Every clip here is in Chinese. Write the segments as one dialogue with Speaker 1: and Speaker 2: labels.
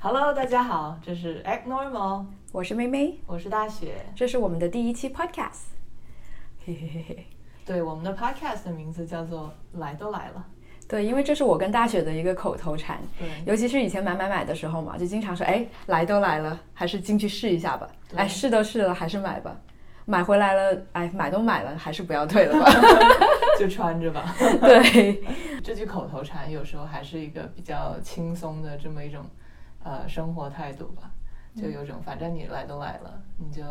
Speaker 1: Hello，大家好，这是 Act Normal，
Speaker 2: 我是妹妹，
Speaker 1: 我是大雪。
Speaker 2: 这是我们的第一期 podcast。嘿嘿嘿嘿，
Speaker 1: 对，我们的 Podcast 的名字叫做“来都来了
Speaker 2: 对，因为这是我跟大雪的一个口头禅，”。
Speaker 1: 对，
Speaker 2: 尤其是以前买买买的时候嘛，就经常说，哎，来都来了，还是进去试一下吧。
Speaker 1: 对
Speaker 2: 哎，试都试了，还是买吧。买回来了，哎，买都买了，还是不要退了吧。
Speaker 1: 就穿着吧。
Speaker 2: 对，
Speaker 1: 这句口头禅有时候还是一个比较轻松的这么一种呃生活态度吧，就有种反正你来都来了，你就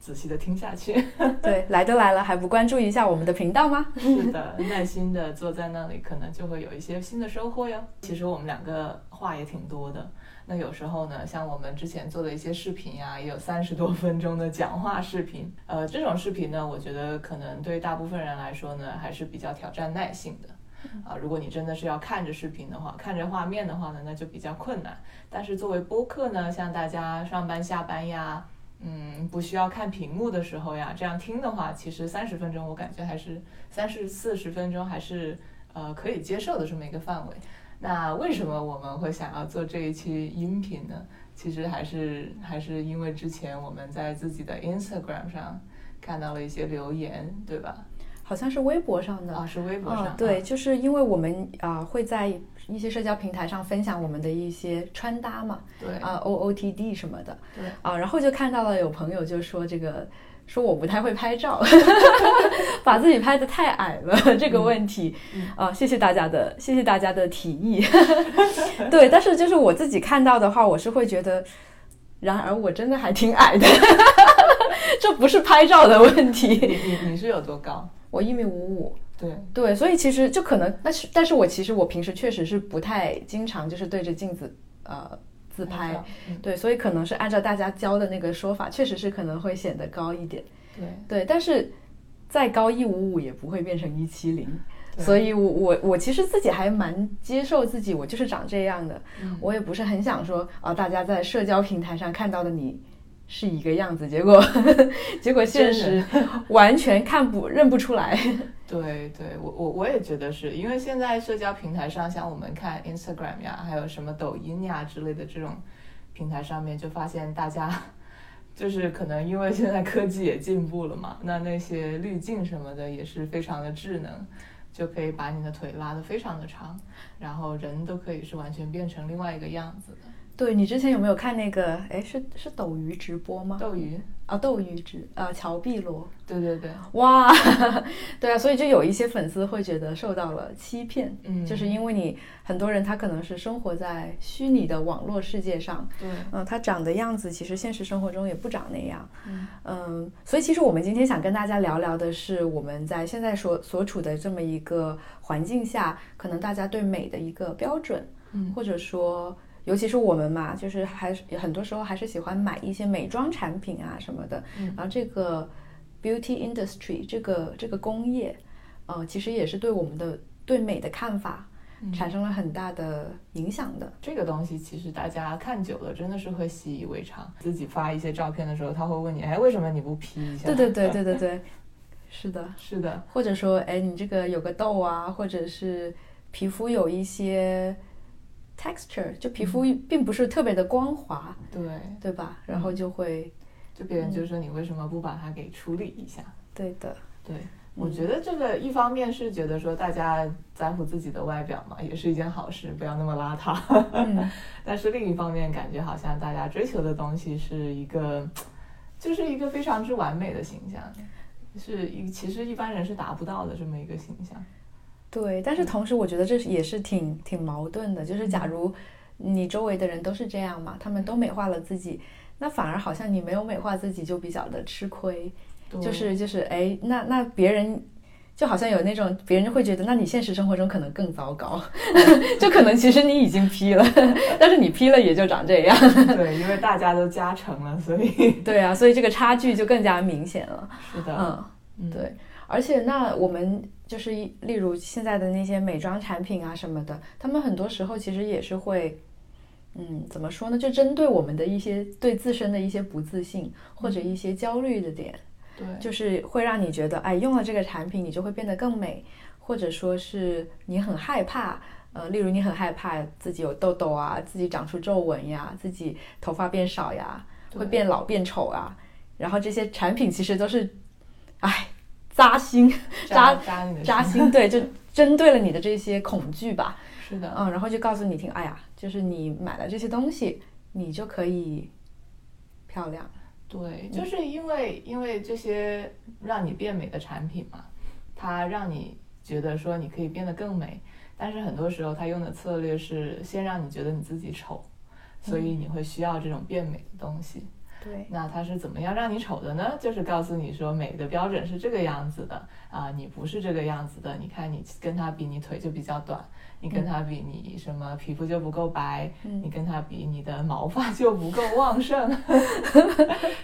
Speaker 1: 仔细的听下去。
Speaker 2: 对，来都来了，还不关注一下我们的频道吗？
Speaker 1: 是的，耐心的坐在那里，可能就会有一些新的收获哟。其实我们两个话也挺多的，那有时候呢，像我们之前做的一些视频呀、也有三十多分钟的讲话视频。呃，这种视频呢，我觉得可能对大部分人来说呢，还是比较挑战耐性的。啊，如果你真的是要看着视频的话，看着画面的话呢，那就比较困难。但是作为播客呢，像大家上班下班呀，嗯，不需要看屏幕的时候呀，这样听的话，其实三十分钟我感觉还是三十四十分钟还是呃可以接受的这么一个范围。那为什么我们会想要做这一期音频呢？其实还是还是因为之前我们在自己的 Instagram 上看到了一些留言，对吧？
Speaker 2: 好像是微博上的。
Speaker 1: 啊，是微博上、
Speaker 2: 嗯，对，，就是因为我们啊、会在一些社交平台上分享我们的一些穿搭嘛，
Speaker 1: 对
Speaker 2: 啊、O O T D 什么的，
Speaker 1: 对
Speaker 2: 啊，然后就看到了有朋友就说这个，说我不太会拍照， 把自己拍的太矮了这个问题，啊，谢谢大家的，谢谢大家的提议， 对，但是就是我自己看到的话，我是会觉得，然而我真的还挺矮的， 这不是拍照的问
Speaker 1: 你
Speaker 2: 题，
Speaker 1: 你你是有多高？
Speaker 2: 我一米五五。
Speaker 1: 对，
Speaker 2: 对，所以其实就可能，但是但是我其实我平时确实是不太经常就是对着镜子呃自
Speaker 1: 拍
Speaker 2: 拍
Speaker 1: 照，嗯
Speaker 2: 对，所以可能是按照大家教的那个说法，确实是可能会显得高一点，
Speaker 1: 对，
Speaker 2: 对，但是再高一五五也不会变成一七零，
Speaker 1: 对
Speaker 2: 所以我我我其实自己还蛮接受自己，我就是长这样的，
Speaker 1: 嗯
Speaker 2: 我也不是很想说啊、大家在社交平台上看到的你。是一个样子，结果 结果现
Speaker 1: 真人
Speaker 2: 实完全看不认不出来。
Speaker 1: 对对，我我我也觉得是因为现在社交平台上，像我们看 Instagram 呀，还有什么抖音呀之类的这种平台上面，就发现大家就是可能因为现在科技也进步了嘛，那那些滤镜什么的也是非常的智能，就可以把你的腿拉得非常的长，然后人都可以是完全变成另外一个样子的。
Speaker 2: 对你之前有没有看那个？哎，是是斗鱼直播吗？
Speaker 1: 斗鱼，
Speaker 2: 啊，斗鱼直啊，乔碧萝。
Speaker 1: 对对对，
Speaker 2: 哇， 对啊，所以就有一些粉丝会觉得受到了欺骗，
Speaker 1: 嗯
Speaker 2: 就是因为你很多人他可能是生活在虚拟的网络世界上，
Speaker 1: 对，
Speaker 2: 嗯、他长的样子其实现实生活中也不长那样，
Speaker 1: 嗯
Speaker 2: 嗯，所以其实我们今天想跟大家聊聊的是我们在现在所所处的这么一个环境下，可能大家对美的一个标准，
Speaker 1: 嗯
Speaker 2: 或者说。尤其是我们嘛，就是还是很多时候还是喜欢买一些美妆产品啊什么的。
Speaker 1: 嗯
Speaker 2: 然后这个 beauty industry 这个这个工业，呃，其实也是对我们的对美的看法
Speaker 1: 嗯
Speaker 2: 产生了很大的影响的。
Speaker 1: 这个东西其实大家看久了真的是会习以为常。自己发一些照片的时候，他会问你，哎，为什么你不 P 一下？
Speaker 2: 对对对对对对， 是的。
Speaker 1: 是的，
Speaker 2: 或者说，哎，你这个有个痘啊，或者是皮肤有一些 texture，就皮肤并不是特别的光滑，
Speaker 1: 对，
Speaker 2: 对吧？然后就会，
Speaker 1: 就别人就
Speaker 2: 嗯
Speaker 1: 说你为什么不把它给处理一下？
Speaker 2: 对的，
Speaker 1: 对，
Speaker 2: 嗯
Speaker 1: 我觉得这个一方面是觉得说大家在乎自己的外表嘛，也是一件好事，不要那么邋遢。
Speaker 2: 嗯，
Speaker 1: 但是另一方面，感觉好像大家追求的东西是一个，就是一个非常之完美的形象，是一其实一般人是达不到的这么一个形象。
Speaker 2: 对。但是同时，我觉得这是也是挺挺矛盾的，就是假如你周围的人都是这样嘛，他们都美化了自己，那反而好像你没有美化自己就比较的吃亏，
Speaker 1: 对
Speaker 2: 就是就是，哎，那那别人。就好像有那种别人会觉得，那你现实生活中可能更糟糕，就可能其实你已经 P 了，但是你 P 了也就长这样。
Speaker 1: 对，因为大家都加成了，所 以
Speaker 2: 对啊，所以这个差距就更加明显了。
Speaker 1: 是的，
Speaker 2: 嗯，
Speaker 1: 嗯，
Speaker 2: 对，而且那我们就是一例如现在的那些美妆产品啊什么的，他们很多时候其实也是会，嗯，怎么说呢？就针对我们的一些对自身的一些不自信或者一些焦虑的点，
Speaker 1: 对，
Speaker 2: 就是会让你觉得，哎，用了这个产品你就会变得更美，或者说是你很害怕。呃，例如你很害怕自己有痘痘啊，自己长出皱纹呀，自己头发变少呀，
Speaker 1: 对
Speaker 2: 会变老变丑啊，然后这些产品其实都是，哎，扎心
Speaker 1: 扎
Speaker 2: 扎
Speaker 1: 扎你的
Speaker 2: 扎
Speaker 1: 心
Speaker 2: 心，对，就针对了你的这些恐惧吧。
Speaker 1: 是的，
Speaker 2: 嗯，然后就告诉你听，哎呀，就是你买了这些东西，你就可以漂亮。
Speaker 1: 对，就是因为因为这些让你变美的产品嘛，它让你觉得说你可以变得更美，但是很多时候它用的策略是先让你觉得你自己丑，所以你会需要这种变美的东西。
Speaker 2: 对，
Speaker 1: 那它是怎么样让你丑的呢？就是告诉你说美的标准是这个样子的啊，你不是这个样子的。你看你跟他比，你腿就比较短；你跟他比，你什么皮肤就不够白；
Speaker 2: 嗯
Speaker 1: 你跟他比，你的毛发就不够旺盛。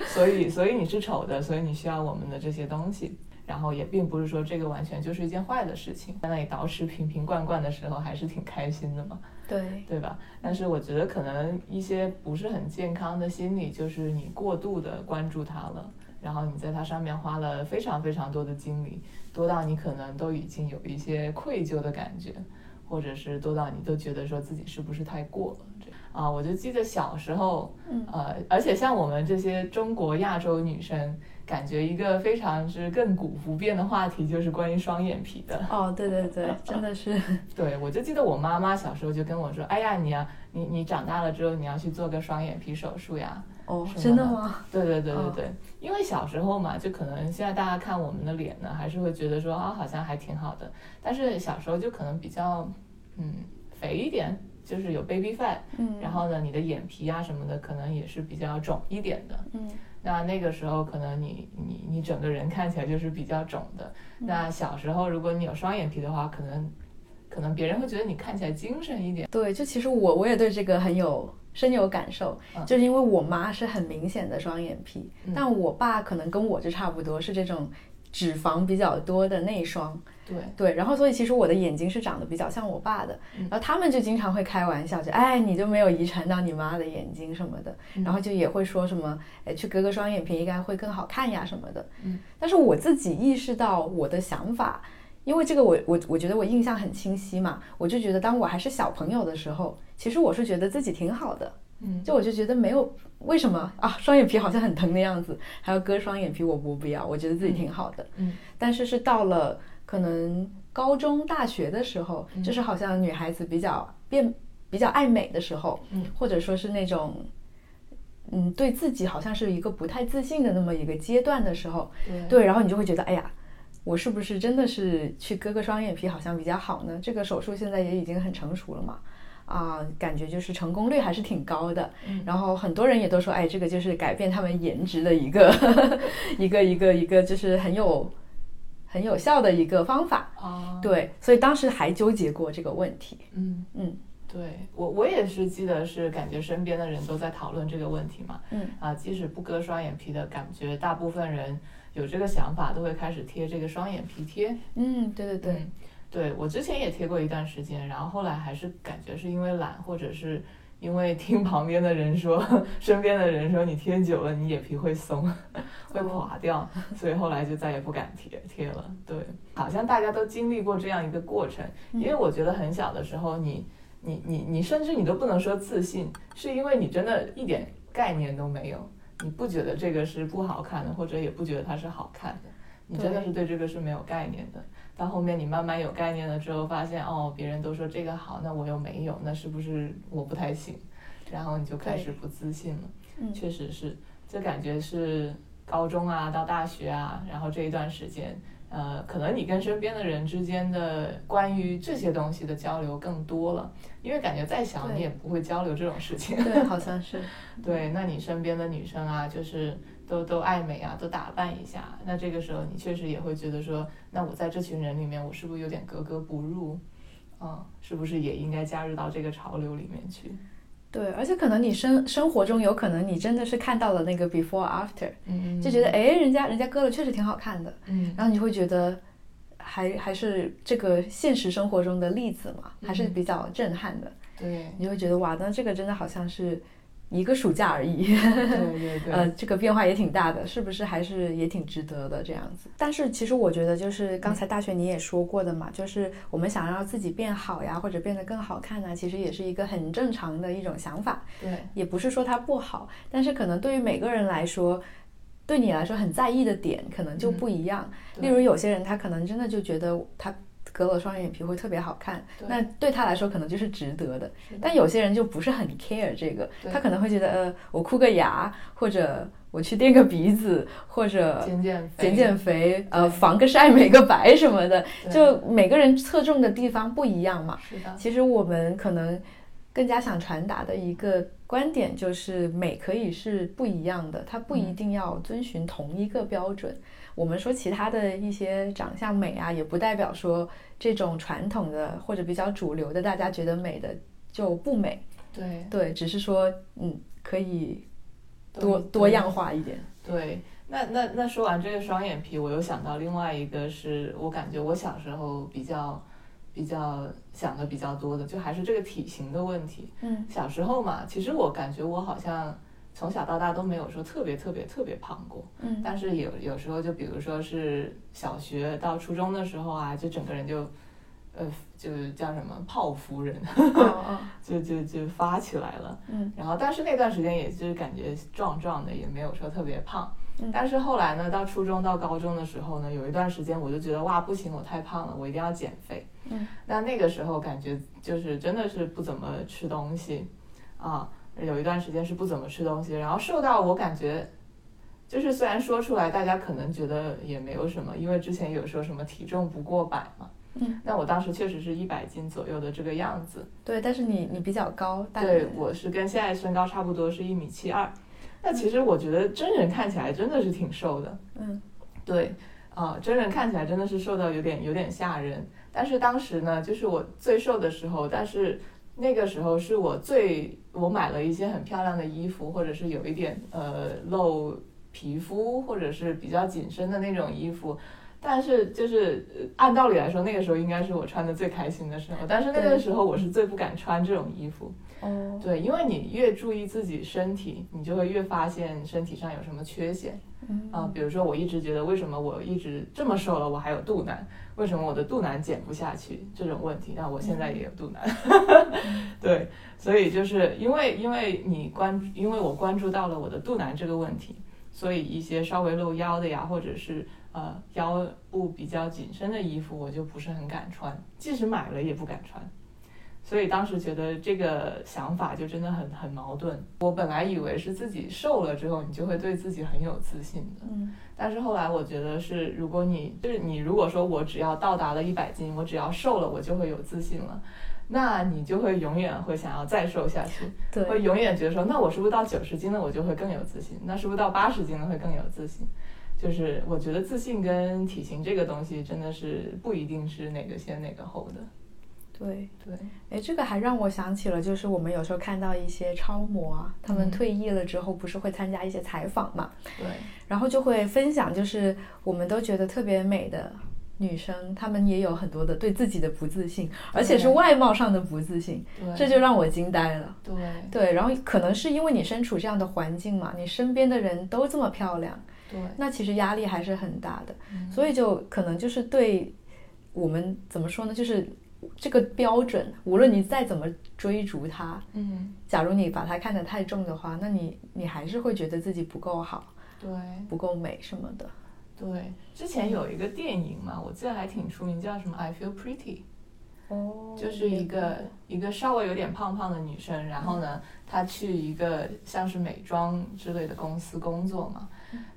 Speaker 1: 所以，所以你是丑的，所以你需要我们的这些东西。然后也并不是说这个完全就是一件坏的事情，在那里捯饬瓶瓶罐罐的时候，还是挺开心的嘛。
Speaker 2: 对，
Speaker 1: 对吧？但是我觉得可能一些不是很健康的心理，就是你过度的关注它了，然后你在它上面花了非常非常多的精力，多到你可能都已经有一些愧疚的感觉，或者是多到你都觉得说自己是不是太过了。这啊，我就记得小时候，
Speaker 2: 嗯
Speaker 1: 呃，而且像我们这些中国亚洲女生，感觉一个非常是亘古不变的话题，就是关于双眼皮的。
Speaker 2: 哦，对对对，真的是，
Speaker 1: 对，我就记得我妈妈小时候就跟我说：“哎呀，你呀，你你长大了之后你要去做个双眼皮手术 呀。
Speaker 2: 哦，
Speaker 1: 是
Speaker 2: 真的
Speaker 1: 吗
Speaker 2: 吗？”
Speaker 1: 对对对对
Speaker 2: 哦
Speaker 1: 对，因为小时候嘛，就可能现在大家看我们的脸呢，还是会觉得说啊，好像还挺好的。但是小时候就可能比较，嗯，肥一点，就是有 baby fat，
Speaker 2: 嗯，
Speaker 1: 然后呢，你的眼皮啊什么的，可能也是比较肿一点的。
Speaker 2: 嗯，
Speaker 1: 那那个时候可能你你你整个人看起来就是比较肿的。那小时候如果你有双眼皮的话，可能可能别人会觉得你看起来精神一点。
Speaker 2: 对，就其实我我也对这个很有深有感受，
Speaker 1: 嗯
Speaker 2: 就是因为我妈是很明显的双眼皮，
Speaker 1: 嗯
Speaker 2: 但我爸可能跟我就差不多，是这种脂肪比较多的内双。
Speaker 1: 对，
Speaker 2: 对，然后所以其实我的眼睛是长得比较像我爸的，
Speaker 1: 嗯
Speaker 2: 然后他们就经常会开玩笑，就哎你就没有遗传到你妈的眼睛什么的，
Speaker 1: 嗯
Speaker 2: 然后就也会说什么哎去割个双眼皮应该会更好看呀什么的。
Speaker 1: 嗯，
Speaker 2: 但是我自己意识到我的想法，因为这个我我我觉得我印象很清晰嘛，我就觉得当我还是小朋友的时候，其实我是觉得自己挺好的，
Speaker 1: 嗯，
Speaker 2: 就我就觉得没有为什么啊，双眼皮好像很疼的样子，还要割双眼皮，我不不要，我觉得自己挺好的。
Speaker 1: 嗯嗯
Speaker 2: 但是是到了可能高中、大学的时候，就是好像女孩子比较变比较爱美的时候，
Speaker 1: 嗯
Speaker 2: 或者说是那种。嗯，对自己好像是一个不太自信的那么一个阶段的时候，
Speaker 1: 对
Speaker 2: 对，然后你就会觉得，哎呀，我是不是真的是去割个双眼皮好像比较好呢？这个手术现在也已经很成熟了嘛，啊、感觉就是成功率还是挺高的。
Speaker 1: 嗯
Speaker 2: 然后很多人也都说，哎，这个就是改变他们颜值的一个 一个一个一个，就是很有很有效的一个方法。
Speaker 1: 啊，
Speaker 2: 对，所以当时还纠结过这个问题。
Speaker 1: 嗯
Speaker 2: 嗯
Speaker 1: 对我我也是记得是感觉身边的人都在讨论这个问题嘛。
Speaker 2: 嗯
Speaker 1: 啊，即使不割双眼皮的感觉，大部分人有这个想法都会开始贴这个双眼皮贴。
Speaker 2: 嗯，对对对，
Speaker 1: 嗯，对我之前也贴过一段时间，然后后来还是感觉是因为懒，或者是因为听旁边的人说， 身边的人说你贴久了你眼皮会松， 会
Speaker 2: 哦
Speaker 1: 垮掉，所以后来就再也不敢贴贴了。对，好像大家都经历过这样一个过程，
Speaker 2: 嗯
Speaker 1: 因为我觉得很小的时候你。你你你甚至你都不能说自信，是因为你真的一点概念都没有，你不觉得这个是不好看的，或者也不觉得它是好看的，你真的
Speaker 2: 对
Speaker 1: 是对这个是没有概念的。到后面你慢慢有概念了之后，发现哦，别人都说这个好，那我又没有，那是不是我不太行？然后你就开始不自信了。
Speaker 2: 嗯
Speaker 1: 确实是，这感觉是高中啊到大学啊，然后这一段时间，呃，可能你跟身边的人之间的关于这些东西的交流更多了，因为感觉再小
Speaker 2: 对
Speaker 1: 你也不会交流这种事 情。
Speaker 2: 嗯对，好像是，
Speaker 1: 对，那你身边的女生啊，就是都都爱美啊，都打扮一下，那这个时候你确实也会觉得说，那我在这群人里面，我是不是有点格格不入？嗯，是不是也应该加入到这个潮流里面去？
Speaker 2: 对，而且可能你生生活中有可能你真的是看到了那个 before after，
Speaker 1: 嗯，
Speaker 2: 就觉得哎，诶人家人家割了确实挺好看的，
Speaker 1: 嗯，
Speaker 2: 然后你就会觉得还还是这个现实生活中
Speaker 1: 嗯
Speaker 2: 的例子嘛，还是比较震撼的，
Speaker 1: 对，
Speaker 2: 你就会觉得哇，那这个真的好像是
Speaker 3: 一个暑假而已。
Speaker 1: 对对 对，
Speaker 3: 呃，这个变化也挺大的，是不是？还是也挺值得的这样子。
Speaker 2: 但是其实我觉得，就是
Speaker 1: 嗯
Speaker 2: 刚才大学你也说过的嘛，就是我们想让自己变好呀，或者变得更好看啊，其实也是一个很正常的一种想法，
Speaker 1: 对，
Speaker 2: 也不是说它不好，但是可能对于每个人来说。对你来说很在意的点可能就不一样，
Speaker 1: 嗯对
Speaker 2: 例如有些人他可能真的就觉得他割了双眼皮会特别好看，
Speaker 1: 对
Speaker 2: 那对他来说可能就是值得的。
Speaker 1: 是的
Speaker 2: 但有些人就不是很 care 这个，
Speaker 1: 对
Speaker 2: 他可能会觉得呃，我箍个牙，或者我去垫个鼻子，或者
Speaker 1: 减减肥
Speaker 2: 减减肥，呃，
Speaker 1: 对
Speaker 2: 防个晒 美个白什么的，
Speaker 1: 对
Speaker 2: 就每个人侧重的地方不一样嘛。
Speaker 1: 是的，
Speaker 2: 其实我们可能更加想传达的一个观点就是，美可以是不一样的，它不一定要遵循同一个标准。我们说其他的一些长相美啊，也不代表说这种传统的或者比较主流的大家觉得美的就不美。
Speaker 1: 对，
Speaker 2: 对，只是说嗯，可以
Speaker 1: 都
Speaker 2: 多
Speaker 1: 一
Speaker 2: 多样化一点。
Speaker 1: 对，那那那说完这个双眼皮，我又想到另外一个是我感觉我小时候比较比较想的比较多的，就还是这个体型的问题。
Speaker 2: 嗯，
Speaker 1: 小时候嘛，其实我感觉我好像从小到大都没有说特别特别特别胖过，
Speaker 2: 嗯
Speaker 1: 但是有有时候就比如说是小学到初中的时候啊，就整个人就。呃，就是叫什么泡芙人，
Speaker 2: 哦
Speaker 1: 就就就发起来了。
Speaker 2: 嗯，
Speaker 1: 然后但是那段时间也就是感觉壮壮的，也没有说特别胖。
Speaker 2: 嗯
Speaker 1: 但是后来呢，到初中到高中的时候呢，有一段时间我就觉得哇，不行，我太胖了，我一定要减肥。
Speaker 2: 嗯，
Speaker 1: 那那个时候感觉就是真的是不怎么吃东西，啊，有一段时间是不怎么吃东西，然后瘦到我感觉。就是虽然说出来，大家可能觉得也没有什么，因为之前有说什么体重不过百嘛，
Speaker 2: 嗯，
Speaker 1: 那我当时确实是一百斤左右的这个样子，
Speaker 2: 对，但是你你比较高，但
Speaker 1: 对，我是跟现在身高差不多，是一米七二。那其实我觉得真人看起来真的是挺瘦的，
Speaker 2: 嗯
Speaker 1: 对，啊、真人看起来真的是瘦到有点有点吓人。但是当时呢，就是我最瘦的时候，但是那个时候是我最我买了一些很漂亮的衣服，或者是有一点呃露皮肤，或者是比较紧身的那种衣服。但是就是呃按道理来说，那个时候应该是我穿的最开心的时候，但是那个
Speaker 2: 对
Speaker 1: 时候我是最不敢穿这种衣服。
Speaker 2: 哦
Speaker 1: 对，因为你越注意自己身体，你就会越发现身体上有什么缺陷
Speaker 2: 嗯
Speaker 1: 啊、比如说，我一直觉得为什么我一直这么瘦了，我还有肚腩，为什么我的肚腩减不下去这种问题？那我现在也有肚腩， 对，所以就是因为因为你关，因为我关注到了我的肚腩这个问题，所以一些稍微露腰的呀，或者是呃腰部比较紧身的衣服，我就不是很敢穿，即使买了也不敢穿。所以当时觉得这个想法就真的很很矛盾。我本来以为是自己瘦了之后，你就会对自己很有自信的，
Speaker 2: 嗯
Speaker 1: 但是后来我觉得是，如果你就是你如果说我只要到达了一百斤，我只要瘦了，我就会有自信了。那你就会永远会想要再瘦下去，
Speaker 2: 对
Speaker 1: 会永远觉得说，那我是不是到九十斤了，我就会更有自信？那是不是到八十斤了会更有自信？就是我觉得自信跟体型这个东西真的是不一定是哪个先哪个后的，
Speaker 2: 对。
Speaker 1: 对，
Speaker 2: 哎，这个还让我想起了，就是我们有时候看到一些超模啊，他们
Speaker 1: 嗯
Speaker 2: 退役了之后，不是会参加一些采访嘛，
Speaker 1: 对，
Speaker 2: 然后就会分享，就是我们都觉得特别美的女生，她们也有很多的对自己的不自信，而且是外貌上的不自信，
Speaker 1: 对，
Speaker 2: 这就让我惊呆了。
Speaker 1: 对
Speaker 2: 对，然后可能是因为你身处这样的环境嘛，你身边的人都这么漂亮，
Speaker 1: 对，
Speaker 2: 那其实压力还是很大的，
Speaker 1: 嗯
Speaker 2: 所以就可能就是对我们怎么说呢，就是这个标准，无论你再怎么追逐它，
Speaker 1: 嗯，
Speaker 2: 假如你把它看得太重的话，那你你还是会觉得自己不够好、
Speaker 1: 对
Speaker 2: 不够美什么的。
Speaker 1: 对。之前有一个电影嘛，我记得还挺出名，叫什么《I Feel Pretty
Speaker 2: 哦》，
Speaker 1: 就是一个一个稍微有点胖胖的女生，然后呢，她去一个像是美妆之类的公司工作嘛。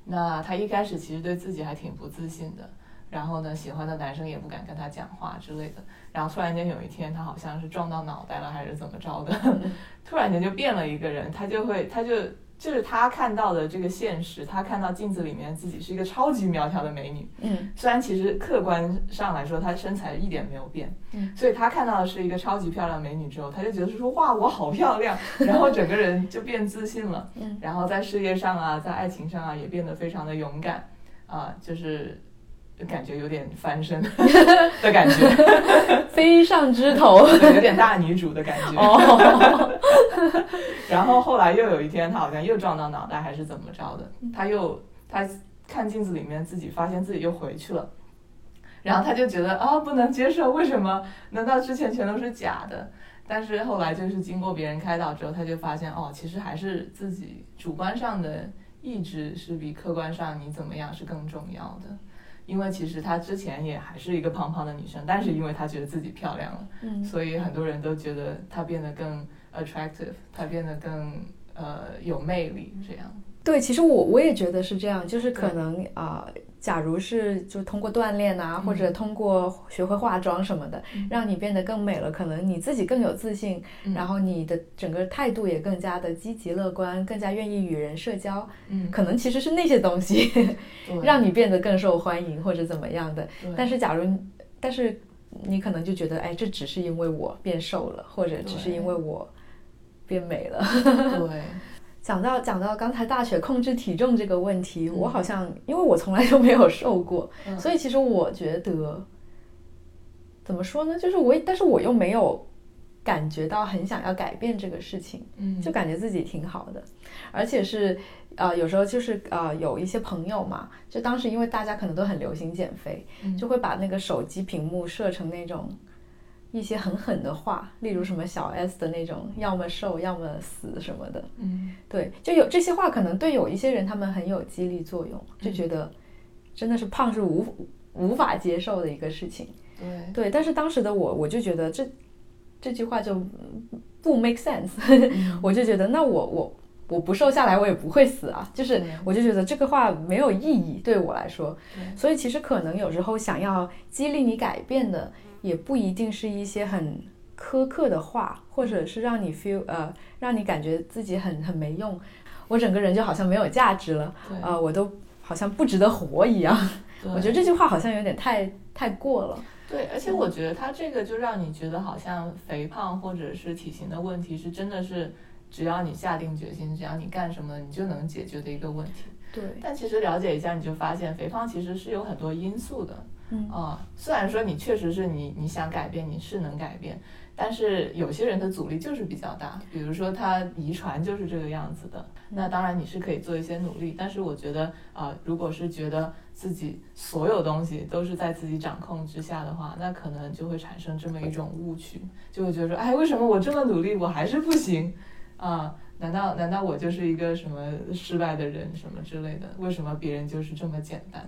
Speaker 1: 那她一开始其实对自己还挺不自信的，然后呢，喜欢的男生也不敢跟她讲话之类的。然后突然间有一天，她好像是撞到脑袋了还是怎么着的， 突然间就变了一个人，她就会，她就就是她看到的这个现实，她看到镜子里面自己是一个超级苗条的美女，
Speaker 2: 嗯
Speaker 1: 虽然其实客观上来说她身材一点没有变，
Speaker 2: 嗯
Speaker 1: 所以她看到的是一个超级漂亮美女之后，她就觉得是说哇我好漂亮，然后整个人就变自信了，
Speaker 2: 嗯
Speaker 1: 然后在事业上啊，在爱情上啊也变得非常的勇敢，啊、就是感觉有点翻身 的感 觉，
Speaker 3: 飞上枝 头
Speaker 1: 有点大女主的感觉。
Speaker 3: 哦，
Speaker 1: 然后后来又有一天，他好像又撞到脑袋还是怎么着的，他又他看镜子里面自己发现自己又回去了，然后他就觉得啊不能接受，为什么？难道之前全都是假的？但是后来就是经过别人开导之后，他就发现哦，其实还是自己主观上的意志是比客观上你怎么样是更重要的。因为其实她之前也还是一个胖胖的女生，但是因为她觉得自己漂亮了，
Speaker 2: 嗯
Speaker 1: 所以很多人都觉得她变得更 attractive，她变得更呃有魅力，这样。
Speaker 2: 对，其实我我也觉得是这样，就是可
Speaker 1: 对
Speaker 2: 能啊、假如是就通过锻炼啊，或者
Speaker 1: 嗯
Speaker 2: 通过学会化妆什么的，
Speaker 1: 嗯
Speaker 2: 让你变得更美了，可能你自己更有自信，
Speaker 1: 嗯
Speaker 2: 然后你的整个态度也更加的积极乐观，更加愿意与人社交，
Speaker 1: 嗯，
Speaker 2: 可能其实是那些东西
Speaker 1: 对
Speaker 2: 让你变得更受欢迎或者怎么样的。
Speaker 1: 对
Speaker 2: 但是假如，嗯但是你可能就觉得，哎，这只是因为我变瘦了，或者只是因为我变美了。
Speaker 1: 对，
Speaker 2: 讲到讲到刚才大学控制体重这个问题，
Speaker 1: 嗯
Speaker 2: 我好像因为我从来都没有瘦过，
Speaker 1: 嗯
Speaker 2: 所以其实我觉得怎么说呢，就是我，但是我又没有感觉到很想要改变这个事情，
Speaker 1: 嗯
Speaker 2: 就感觉自己挺好的，而且是呃有时候就是呃有一些朋友嘛，就当时因为大家可能都很流行减肥，
Speaker 1: 嗯
Speaker 2: 就会把那个手机屏幕设成那种。一些很狠的话，例如什么小 S 的那种，要么瘦，要么死什么的。
Speaker 1: 嗯
Speaker 2: 对，就有这些话，可能对有一些人他们很有激励作用，就觉得真的是胖是无无法接受的一个事情。
Speaker 1: 对
Speaker 2: 对，但是当时的我，我就觉得这这句话就嗯不 make sense，我
Speaker 1: 嗯
Speaker 2: 就觉得那我我我不瘦下来我也不会死啊，就是
Speaker 1: 对
Speaker 2: 我就觉得这个话没有意义对我来说，
Speaker 1: 对
Speaker 2: 所以其实可能有时候想要激励你改变的，也不一定是一些很苛刻的话，或者是让你 feel 呃，让你感觉自己很很没用，我整个人就好像没有价值了，
Speaker 1: 对
Speaker 2: 呃，我都好像不值得活一样。
Speaker 1: 对
Speaker 2: 我觉得这句话好像有点太太过了。
Speaker 1: 对，而且我觉得它这个就让你觉得好像肥胖或者是体型的问题是真的是，只要你下定决心，只要你干什么，你就能解决的一个问题。
Speaker 2: 对，
Speaker 1: 但其实了解一下，你就发现肥胖其实是有很多因素的。
Speaker 2: 嗯
Speaker 1: 啊、虽然说你确实是你你想改变，你是能改变，但是有些人的阻力就是比较大，比如说他遗传就是这个样子的。那当然你是可以做一些努力，但是我觉得啊、如果是觉得自己所有东西都是在自己掌控之下的话，那可能就会产生这么一种误区，就会觉得说，哎，为什么我这么努力，我还是不行？啊、难道难道我就是一个什么失败的人什么之类的？为什么别人就是这么简单？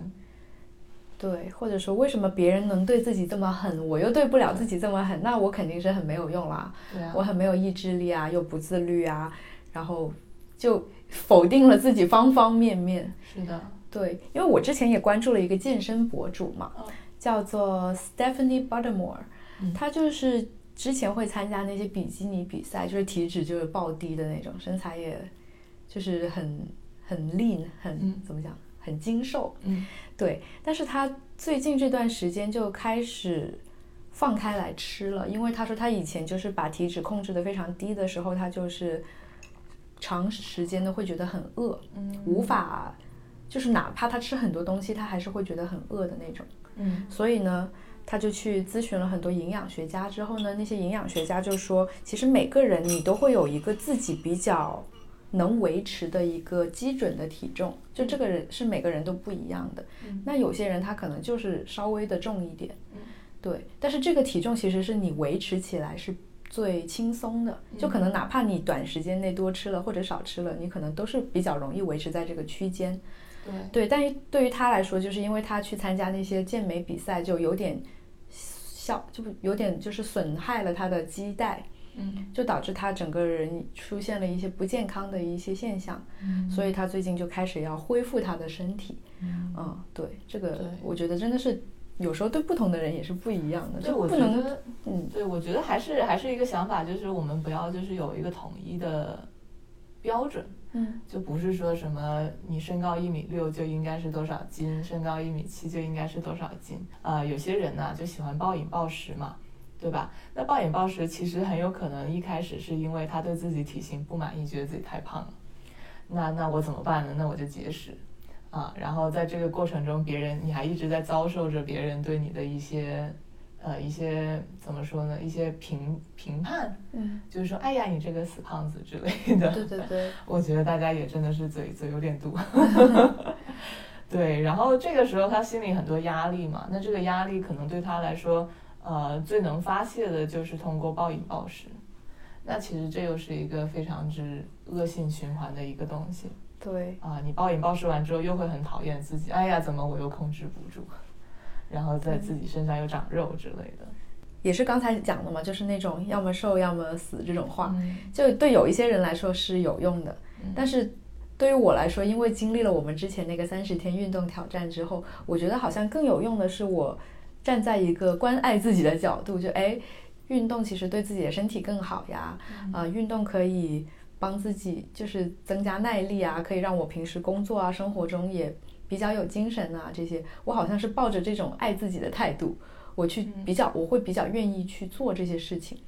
Speaker 2: 对，或者说为什么别人能对自己这么狠，我又对不了自己这么狠，那我肯定是很没有用啦，
Speaker 1: 对啊
Speaker 2: 我，很没有意志力啊，又不自律啊，然后就否定了自己方方面面。
Speaker 1: 是的，
Speaker 2: 对，因为我之前也关注了一个健身博主嘛
Speaker 1: 哦，
Speaker 2: 叫做 Stephanie Buttermore，
Speaker 1: 嗯
Speaker 2: 她就是之前会参加那些比基尼比赛，就是体脂就是暴低的那种，身材也就是很很 lean，很、
Speaker 1: 嗯
Speaker 2: 怎么讲，很精瘦。
Speaker 1: 嗯
Speaker 2: 对，但是他最近这段时间就开始放开来吃了，因为他说他以前就是把体脂控制的非常低的时候，他就是长时间的会觉得很饿，
Speaker 1: 嗯
Speaker 2: 无法，就是哪怕他吃很多东西，他还是会觉得很饿的那种。
Speaker 1: 嗯
Speaker 2: 所以呢，他就去咨询了很多营养学家。之后呢，那些营养学家就说，其实每个人你都会有一个自己比较能维持的一个基准的体重，就这个人是每个人都不一样的。
Speaker 1: 嗯
Speaker 2: 那有些人他可能就是稍微的重一点，
Speaker 1: 嗯
Speaker 2: 对，但是这个体重其实是你维持起来是。最轻松的，就可能哪怕你短时间内多吃了或者少吃了，你可能都是比较容易维持在这个区间。
Speaker 1: 对，
Speaker 2: 对，但是对于他来说，就是因为他去参加那些健美比赛，就有点效，就不有点就是损害了他的肌带，
Speaker 1: 嗯
Speaker 2: 就导致他整个人出现了一些不健康的一些现象，
Speaker 1: 嗯
Speaker 2: 所以他最近就开始要恢复他的身体。嗯，对，这
Speaker 1: 对
Speaker 2: 个我觉得真的是有时候对不同的人也是不一样的，
Speaker 1: 对，
Speaker 2: 就
Speaker 1: 我
Speaker 2: 不
Speaker 1: 觉
Speaker 2: 能
Speaker 1: 得，
Speaker 2: 嗯
Speaker 1: 对我觉得还是还是一个想法，就是我们不要就是有一个统一的标准，
Speaker 2: 嗯
Speaker 1: 就不是说什么你身高一米六就应该是多少斤，身高一米七就应该是多少斤。啊，有些人呢就喜欢暴饮暴食嘛，对吧？那暴饮暴食其实很有可能一开始是因为他对自己体型不满意，觉得自己太胖了。那那我怎么办呢？那我就节食。啊，然后在这个过程中，别人你还一直在遭受着别人对你的一些，呃，一些怎么说呢，一些评评判，
Speaker 2: 嗯，
Speaker 1: 就是说，哎呀，你这个死胖子之类的。
Speaker 2: 对对 对，
Speaker 1: 我觉得大家也真的是嘴嘴有点毒。对，然后这个时候他心里很多压力嘛，那这个压力可能对他来说，呃，最能发泄的就是通过暴饮暴食。那其实这又是一个非常之恶性循环的一个东西。
Speaker 2: 对，
Speaker 1: 啊，你暴饮暴食完之后又会很讨厌自己，哎呀，怎么我又控制不住，然后在自己身上又长肉之类的。
Speaker 2: 也是刚才讲的嘛，就是那种要么瘦要么死这种话，
Speaker 1: 嗯
Speaker 2: 就对有一些人来说是有用的，
Speaker 1: 嗯
Speaker 2: 但是对于我来说，因为经历了我们之前那个三十天运动挑战之后，我觉得好像更有用的是我站在一个关爱自己的角度，就哎，运动其实对自己的身体更好呀，
Speaker 1: 嗯
Speaker 2: 啊、运动可以帮自己就是增加耐力啊，可以让我平时工作啊、生活中也比较有精神啊，这些我好像是抱着这种爱自己的态度，我去
Speaker 1: 嗯
Speaker 2: 比较，我会比较愿意去做这些事情。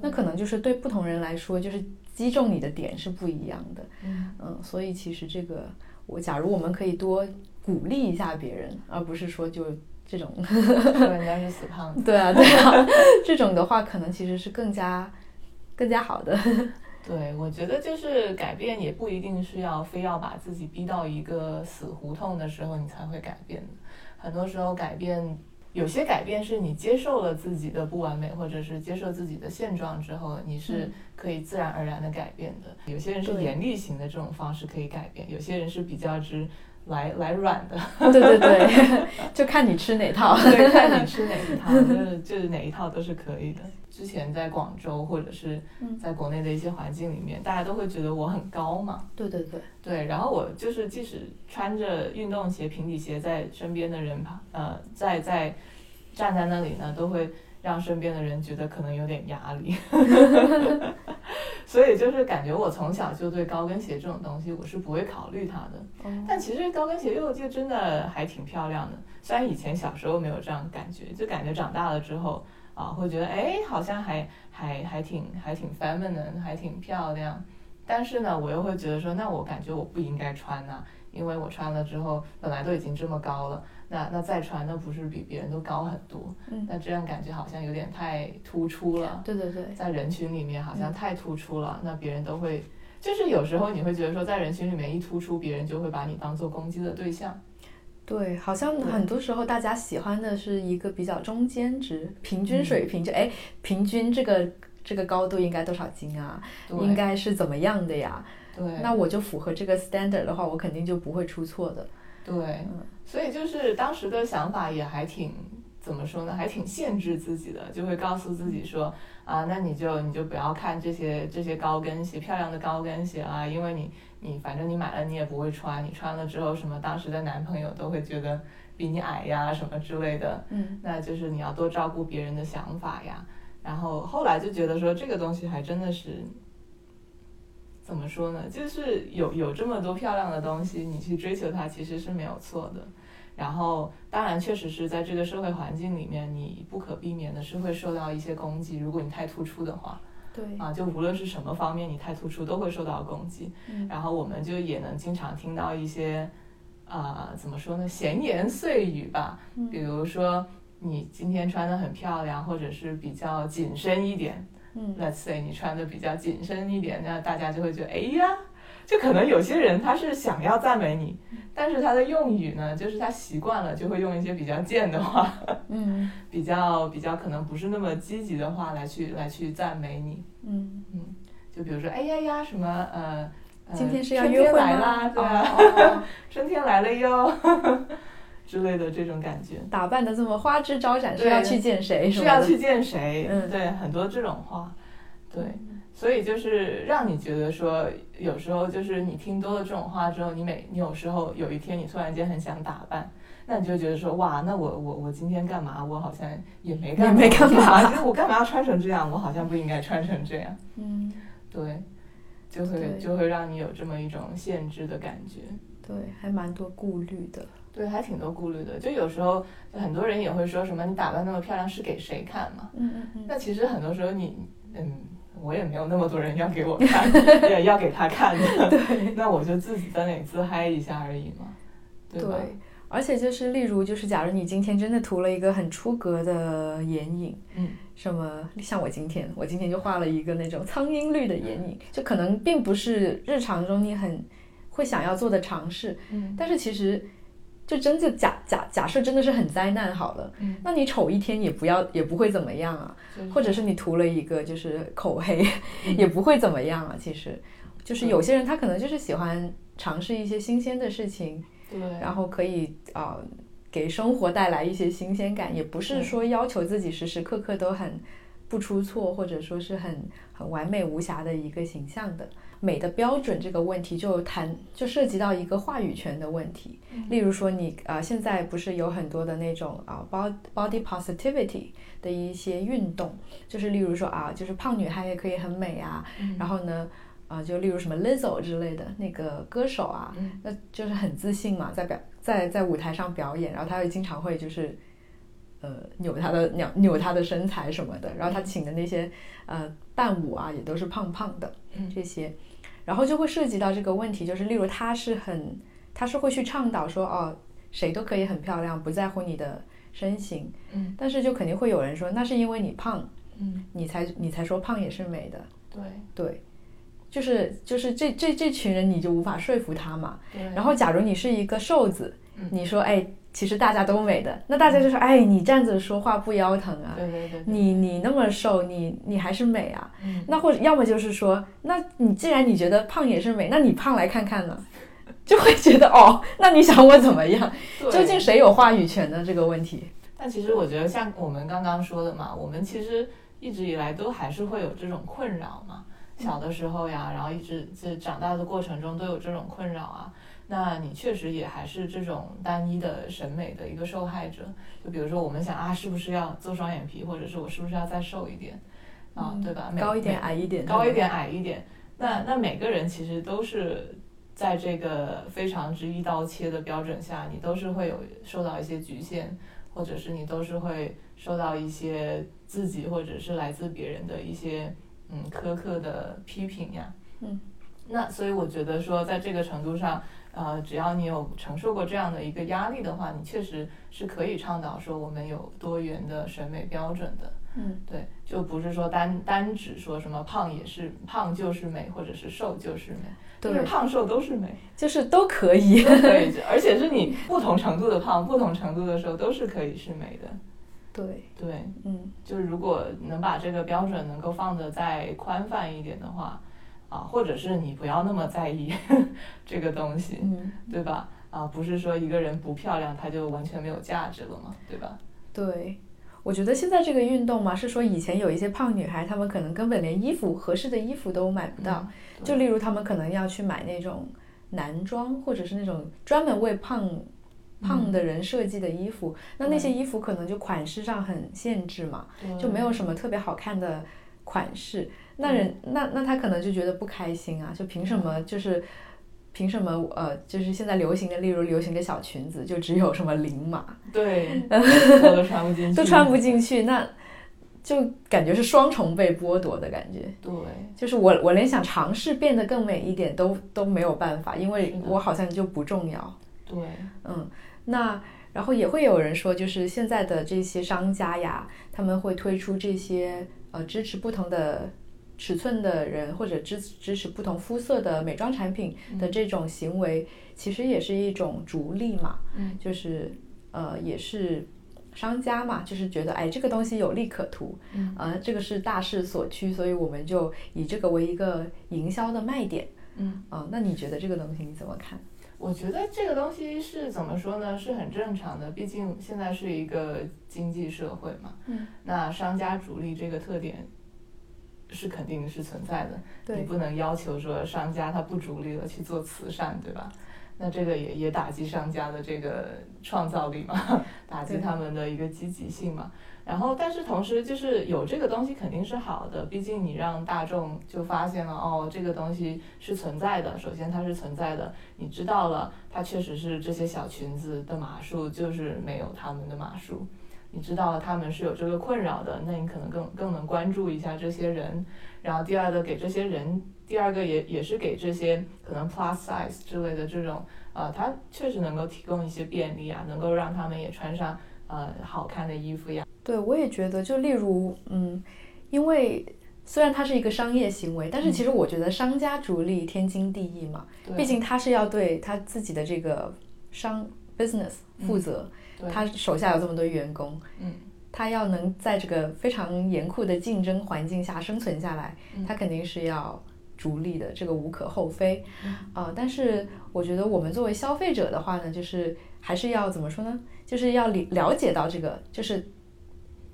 Speaker 2: 那可能就是对不同人来说，就是击中你的点是不一样的。
Speaker 1: 嗯
Speaker 2: 嗯，所以其实这个，我假如我们可以多鼓励一下别人，而不是说就这种，
Speaker 1: 说人家是死胖子。
Speaker 2: 对啊，对啊， 这种的话可能其实是更加更加好的。
Speaker 1: 对，我觉得就是改变也不一定是要非要把自己逼到一个死胡同的时候你才会改变的，很多时候改变。有些改变是你接受了自己的不完美，或者是接受自己的现状之后，你是可以自然而然的改变的。有些人是
Speaker 2: 嗯对
Speaker 1: 严厉型的这种方式可以改变，有些人是比较之来来软 的，
Speaker 2: 对对对， 就看你吃哪套。
Speaker 1: 对，看你吃哪一套，就是就是哪一套都是可以的。之前在广州或者是
Speaker 2: 嗯
Speaker 1: 在国内的一些环境里面，大家都会觉得我很高嘛，
Speaker 2: 对对对，
Speaker 1: 对。然后我就是即使穿着运动鞋、平底鞋在身边的人旁，呃，在在站在那里呢，都会让身边的人觉得可能有点压力。 所以就是感觉我从小就对高跟鞋这种东西，我是不会考虑它的。
Speaker 2: 哦
Speaker 1: 但其实高跟鞋又就真的还挺漂亮的，虽然以前小时候没有这样感觉，就感觉长大了之后啊，会觉得哎，好像还还还挺还挺 feminine，还挺漂亮。但是呢，我又会觉得说，那我感觉我不应该穿呐、因为我穿了之后，本来都已经这么高了，那那再穿，那不是比别人都高很多？
Speaker 2: 嗯
Speaker 1: 那这样感觉好像有点太突出了。
Speaker 2: 对对对，
Speaker 1: 在人群里面好
Speaker 2: 嗯
Speaker 1: 像太突出了，那别人都会，就是有时候你会觉得说，在人群里面一突出，别人就会把你当做攻击的对象。
Speaker 2: 对，好像
Speaker 1: 对
Speaker 2: 很多时候大家喜欢的是一个比较中间值、平均
Speaker 1: 嗯
Speaker 2: 水平，就哎，平均这个这个高度应该多少斤啊？
Speaker 1: 对，
Speaker 2: 应该是怎么样的呀？
Speaker 1: 对，
Speaker 2: 那我就符合这个 standard 的话，我肯定就不会出错的。
Speaker 1: 对
Speaker 2: 嗯，
Speaker 1: 所以就是当时的想法也还挺怎么说呢，还挺限制自己的，就会告诉自己说啊，那你就你就不要看这些这些高跟鞋，漂亮的高跟鞋啊，因为你你反正你买了你也不会穿，你穿了之后什么，当时的男朋友都会觉得比你矮呀什么之类的。
Speaker 2: 嗯，
Speaker 1: 那就是你要多照顾别人的想法呀。然后后来就觉得说这个东西还真的是，怎么说呢？就是有有这么多漂亮的东西，你去追求它其实是没有错的。然后当然确实是在这个社会环境里面，你不可避免的是会受到一些攻击。如果你太突出的话，
Speaker 2: 对，
Speaker 1: 啊，就无论是什么方面你太突出，都会受到攻击。
Speaker 2: 嗯
Speaker 1: 然后我们就也能经常听到一些，啊、怎么说呢，闲言碎语吧，比如说你今天穿的很漂亮，或者是比较紧身一点
Speaker 2: 嗯，
Speaker 1: ，let's say 你穿的比较紧身一点，那大家就会觉得，哎呀，就可能有些人他是想要赞美你，但是他的用语呢，就是他习惯了就会用一些比较贱的话，
Speaker 2: 嗯
Speaker 1: 比较比较可能不是那么积极的话来去来去赞美你。
Speaker 2: 嗯，
Speaker 1: 就比如说，哎呀呀，什么呃，呃
Speaker 2: 今天是要
Speaker 1: 春
Speaker 2: 约
Speaker 1: 天
Speaker 2: 会
Speaker 1: 来
Speaker 2: 吗？
Speaker 1: 啦，对啊，
Speaker 2: 哦，哦
Speaker 1: 春天来了哟 之类的这种感觉，
Speaker 2: 打扮的这么花枝招展，是
Speaker 1: 对
Speaker 2: 要去见谁？
Speaker 1: 是
Speaker 2: 什么
Speaker 1: 要
Speaker 2: 的
Speaker 1: 去见谁？
Speaker 2: 嗯
Speaker 1: 对，很多这种话，对，所以就是让你觉得说，有时候就是你听多了这种话之后，你每你有时候有一天你突然间很想打扮。那你就觉得说哇，那我我我今天干嘛？我好像也没干嘛，
Speaker 2: 也没干嘛
Speaker 1: 我干嘛，我干嘛要穿成这样？我好像不应该穿成这样。
Speaker 2: 嗯，
Speaker 1: 对，就会
Speaker 2: 对
Speaker 1: 就会让你有这么一种限制的感觉。
Speaker 2: 对，还蛮多顾虑的。
Speaker 1: 对，还挺多顾虑的。就有时候，就很多人也会说什么“你打扮那么漂亮是给谁看嘛
Speaker 2: 嗯嗯”？
Speaker 1: 那其实很多时候你，嗯，我也没有那么多人要给我 看，也要给他看的。对，那我就自己在那里自嗨一下而已嘛。对吧？
Speaker 2: 而且就是，例如就是，假如你今天真的涂了一个很出格的眼影，
Speaker 1: 嗯，
Speaker 2: 什么像我今天，我今天就画了一个那种苍蝇绿的眼影，就可能并不是日常中你很会想要做的尝试，
Speaker 1: 嗯，
Speaker 2: 但是其实就真的假假假设真的是很灾难好了，
Speaker 1: 嗯
Speaker 2: 那你丑一天也不要也不会怎么样啊，
Speaker 1: 就是
Speaker 2: 或者是你涂了一个就是口黑，
Speaker 1: 嗯
Speaker 2: 也不会怎么样啊。其实，就是有些人他可能就是喜欢尝试一些新鲜的事情，
Speaker 1: 对，
Speaker 2: 然后可以啊、呃给生活带来一些新鲜感，也不是
Speaker 1: 对
Speaker 2: 说要求自己时时刻刻都很不出错，或者说是很很完美无瑕的一个形象的。美的标准这个问题就谈就涉及到一个话语权的问题，
Speaker 1: 嗯
Speaker 2: 例如说你呃现在不是有很多的那种啊、body body positivity 的一些运动，就是例如说啊就是胖女孩也可以很美啊，
Speaker 1: 嗯
Speaker 2: 然后呢啊、就例如什么 Lizzo 之类的那个歌手啊，
Speaker 1: 嗯
Speaker 2: 那就是很自信嘛，在表在在舞台上表演，然后他又经常会就是，呃，扭他的扭扭他的身材什么的，然
Speaker 1: 嗯
Speaker 2: 后他请的那些呃伴舞啊，也都是胖胖的
Speaker 1: 嗯
Speaker 2: 这些，然后就会涉及到这个问题，就是例如他是很他是会去倡导说哦，谁都可以很漂亮，不在乎你的身形，
Speaker 1: 嗯
Speaker 2: 但是就肯定会有人说，那是因为你胖，
Speaker 1: 嗯，
Speaker 2: 你才你才说胖也是美的，
Speaker 1: 对
Speaker 2: 对，就是就是这这这群人你就无法说服他嘛。
Speaker 1: 对，
Speaker 2: 然后，假如你是一个瘦子
Speaker 1: 嗯，
Speaker 2: 你说，哎，其实大家都美的，那大家就说，哎，你站着说话不腰疼啊，
Speaker 1: 对对对，嗯对
Speaker 2: 你你那么瘦，你你还是美啊。
Speaker 1: 嗯
Speaker 2: 那或者要么就是说，那你既然你觉得胖也是美，那你胖来看看呢，就会觉得哦，那你想我怎么样？
Speaker 1: 对
Speaker 2: 究竟谁有话语权呢？这个问题，
Speaker 1: 但其实我觉得像我们刚刚说的嘛，我们其实一直以来都还是会有这种困扰嘛，小的时候呀，然后一直这长大的过程中都有这种困扰啊。那你确实也还是这种单一的审美的一个受害者。就比如说，我们想啊，是不是要做双眼皮，或者是我是不是要再瘦一点啊，
Speaker 2: 嗯
Speaker 1: 对吧？每
Speaker 2: 高一点，矮一点，
Speaker 1: 高一点，矮一点。那那每个人其实都是在这个非常之一刀切的标准下，你都是会有受到一些局限，或者是你都是会受到一些自己或者是来自别人的一些嗯苛刻的批评呀。
Speaker 2: 嗯，
Speaker 1: 那所以我觉得说，在这个程度上，呃，只要你有承受过这样的一个压力的话，你确实是可以倡导说我们有多元的审美标准的。
Speaker 2: 嗯，
Speaker 1: 对，就不是说单单指说什么胖也是胖就是美，或者是瘦就是美，就是
Speaker 2: 对，
Speaker 1: 胖瘦都是 美，
Speaker 2: 就是都可以。
Speaker 1: 都可以，而且是你不同程度的胖，不同程度的瘦都是可以是美的。
Speaker 2: 对，
Speaker 1: 对，
Speaker 2: 嗯，
Speaker 1: 就是如果能把这个标准能够放得再宽泛一点的话，啊，或者是你不要那么在意 这个东西，
Speaker 2: 嗯。
Speaker 1: 对吧？啊，不是说一个人不漂亮，她就完全没有价值了嘛，对吧？
Speaker 2: 对，我觉得现在这个运动嘛，是说以前有一些胖女孩，她们可能根本连衣服合适的衣服都买不
Speaker 1: 嗯
Speaker 2: 到，
Speaker 1: 对
Speaker 2: 就例如她们可能要去买那种男装，或者是那种专门为胖。胖的人设计的衣服，那那些衣服可能就款式上很限制嘛，
Speaker 1: 对
Speaker 2: 啊就没有什么特别好看的款式。那人、那那他可能就觉得不开心啊，就凭什么就是凭什么呃，就是现在流行的，例如流行的小裙子，就只有什么零码，
Speaker 1: 对， 我都穿不进去，
Speaker 2: 都穿不进去，那就感觉是双重被剥夺的感觉。
Speaker 1: 对。
Speaker 2: 就是我，我连想尝试变得更美一点都都没有办法，因为
Speaker 1: 是的
Speaker 2: 我好像就不重要。
Speaker 1: 对，
Speaker 2: 嗯，那然后也会有人说，就是现在的这些商家呀，他们会推出这些呃支持不同的尺寸的人，或者支支持不同肤色的美妆产品的这种行为，其实也是一种逐利嘛。
Speaker 1: 嗯，
Speaker 2: 就是呃也是商家嘛，就是觉得哎这个东西有利可图，
Speaker 1: 嗯
Speaker 2: 呃这个是大势所趋，所以我们就以这个为一个营销的卖点。
Speaker 1: 嗯，
Speaker 2: 啊、那你觉得这个东西你怎么看？
Speaker 1: 我觉得这个东西是怎么说呢？是很正常的，毕竟现在是一个经济社会嘛。
Speaker 2: 嗯，
Speaker 1: 那商家逐利这个特点是肯定是存在的，你
Speaker 2: 对
Speaker 1: 不能要求说商家他不逐利了去做慈善，对吧？那这个也也打击商家的这个创造力嘛， 打击
Speaker 2: 对
Speaker 1: 他们的一个积极性嘛。然后，但是同时就是有这个东西肯定是好的，毕竟你让大众就发现了哦，这个东西是存在的。首先它是存在的，你知道了，它确实是这些小裙子的码数就是没有他们的码数。你知道了他们是有这个困扰的，那你可能更更能关注一下这些人，然后第二个给这些人第二个也也是给这些可能 plus size 之类的这种，呃，它确实能够提供一些便利啊，能够让他们也穿上呃好看的衣服呀。
Speaker 2: 对，我也觉得，就例如，嗯，因为虽然它是一个商业行为，但是其实我觉得商家逐利天经地义嘛，
Speaker 1: 嗯对啊
Speaker 2: 毕竟他是要对他自己的这个商 business 负责，
Speaker 1: 嗯对
Speaker 2: 他手下有这么多员工，
Speaker 1: 嗯，
Speaker 2: 他要能在这个非常严酷的竞争环境下生存下来，
Speaker 1: 嗯
Speaker 2: 他肯定是要逐利的，这个无可厚非
Speaker 1: 嗯。
Speaker 2: 啊、但是我觉得我们作为消费者的话呢，就是还是要怎么说呢？就是要理了解到这个，就是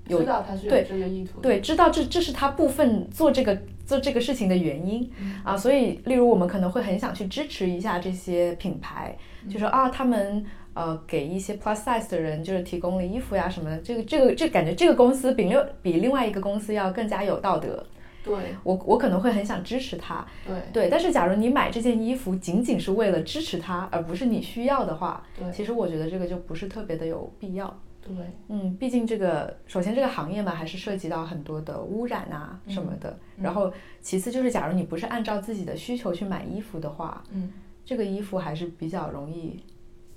Speaker 2: 有
Speaker 1: 知道他是有
Speaker 2: 对
Speaker 1: 这个意图的。
Speaker 2: 对，知道这这是他部分做这个做这个事情的原因
Speaker 1: 嗯
Speaker 2: 啊，所以例如我们可能会很想去支持一下这些品牌，
Speaker 1: 嗯
Speaker 2: 就说啊，他们呃给一些 plus size 的人就是提供了衣服呀什么的，这个这个这感觉这个公司比另比另外一个公司要更加有道德，
Speaker 1: 对
Speaker 2: 我我可能会很想支持他，
Speaker 1: 对
Speaker 2: 对，但是假如你买这件衣服仅仅是为了支持他，而不是你需要的话，
Speaker 1: 对
Speaker 2: 其实我觉得这个就不是特别的有必要。
Speaker 1: 对
Speaker 2: 嗯，毕竟这个首先这个行业嘛，还是涉及到很多的污染啊什么的。
Speaker 1: 嗯
Speaker 2: 然后其次就是，假如你不是按照自己的需求去买衣服的话，
Speaker 1: 嗯，
Speaker 2: 这个衣服还是比较容易，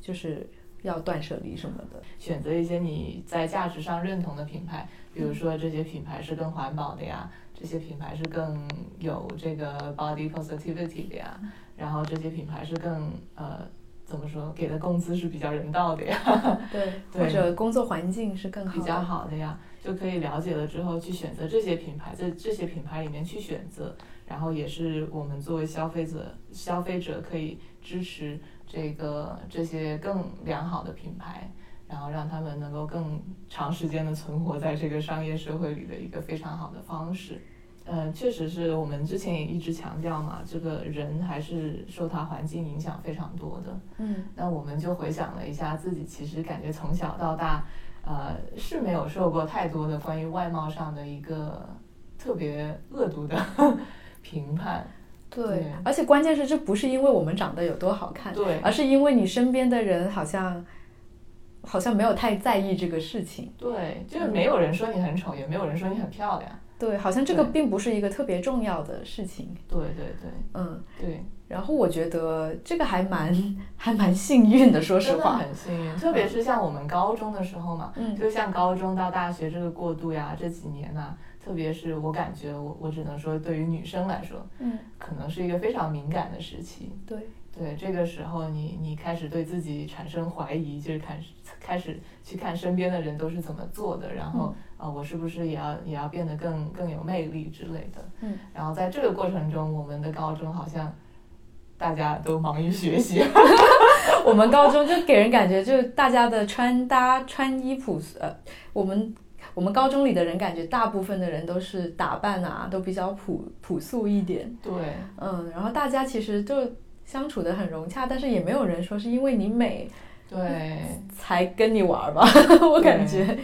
Speaker 2: 就是要断舍离什么的。
Speaker 1: 选择一些你在价值上认同的品牌，比如说这些品牌是更环保的呀，这些品牌是更有这个 body positivity 的
Speaker 2: 嗯
Speaker 1: 呀，然后这些品牌是更呃怎么说，给的工资是比较人道的呀，
Speaker 2: 对，
Speaker 1: 对
Speaker 2: 或者工作环境是更好
Speaker 1: 比
Speaker 2: 的。
Speaker 1: 较好的呀，就可以了解了之后去选择这些品牌，在这些品牌里面去选择，然后也是我们作为消费者，消费者可以支持这个这些更良好的品牌，然后让他们能够更长时间的存活在这个商业社会里的一个非常好的方式。呃，确实是我们之前也一直强调嘛，这个人还是受他环境影响非常多的。
Speaker 2: 嗯，
Speaker 1: 那我们就回想了一下自己，其实感觉从小到大，呃，是没有受过太多的关于外貌上的一个特别恶毒的 评判。
Speaker 2: 对。
Speaker 1: 对
Speaker 2: 而且关键是，这不是因为我们长得有多好看，
Speaker 1: 对
Speaker 2: 而是因为你身边的人好像好像没有太在意这个事情。
Speaker 1: 对，就是没有人说你很丑，也没有人说你很漂亮。
Speaker 2: 对，好像这个
Speaker 1: 对
Speaker 2: 并不是一个特别重要的事情。
Speaker 1: 对对对
Speaker 2: 嗯。
Speaker 1: 对，
Speaker 2: 然后我觉得这个还蛮 还蛮幸运的，说实
Speaker 1: 真的
Speaker 2: 话。
Speaker 1: 很幸运。特别是像我们高中的时候嘛，
Speaker 2: 嗯
Speaker 1: 就像高中到大学这个过渡呀，这几年呐、特别是我感觉我我只能说，对于女生来说，
Speaker 2: 嗯，
Speaker 1: 可能是一个非常敏感的时期。
Speaker 2: 对
Speaker 1: 对，这个时候你你开始对自己产生怀疑，就是开始开始去看身边的人都是怎么做的，然后啊、呃我是不是也要也要变得更更有魅力之类的。
Speaker 2: 嗯，
Speaker 1: 然后在这个过程中，我们的高中好像大家都忙于学习，
Speaker 2: 我们高中就给人感觉，就是大家的穿搭、穿衣朴素，呃，我们我们高中里的人感觉大部分的人都是打扮啊，都比较朴朴素一点，
Speaker 1: 对
Speaker 2: 嗯，然后大家其实就相处的很融洽，但是也没有人说是因为你美
Speaker 1: 对，
Speaker 2: 才跟你玩儿吧， 我感觉。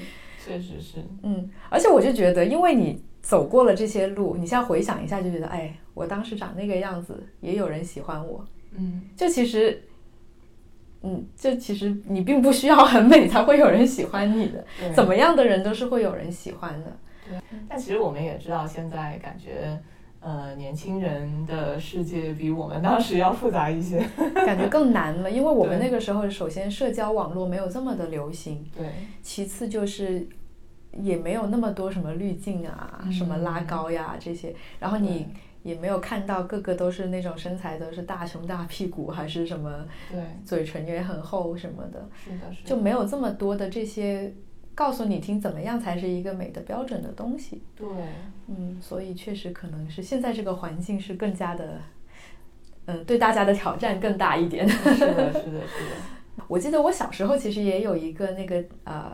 Speaker 1: 确实是，
Speaker 2: 嗯，而且我就觉得，因为你走过了这些路，你现在回想一下，就觉得，哎，我当时长那个样子，也有人喜欢我。
Speaker 1: 嗯，
Speaker 2: 就其实，嗯，就其实你并不需要很美才会有人喜欢你的，
Speaker 1: 对
Speaker 2: 怎么样的人都是会有人喜欢的。
Speaker 1: 但其实我们也知道，现在感觉，呃，年轻人的世界比我们当时要复杂一些。
Speaker 2: 感觉更难了，因为我们
Speaker 1: 对
Speaker 2: 那个时候，首先社交网络没有这么的流行，
Speaker 1: 对，
Speaker 2: 其次就是。也没有那么多什么滤镜啊，什么拉高呀这些，然后你也没有看到个个都是那种身材都是大胸大屁股，还是什么
Speaker 1: 对，
Speaker 2: 嘴唇也很厚什么的，
Speaker 1: 是的，是的
Speaker 2: 就没有这么多的这些告诉你听怎么样才是一个美的标准的东西。
Speaker 1: 对。
Speaker 2: 嗯，所以确实可能是现在这个环境是更加的，嗯，对大家的挑战更大一点。
Speaker 1: 是的，是的，是的，
Speaker 2: 我记得我小时候其实也有一个那个呃。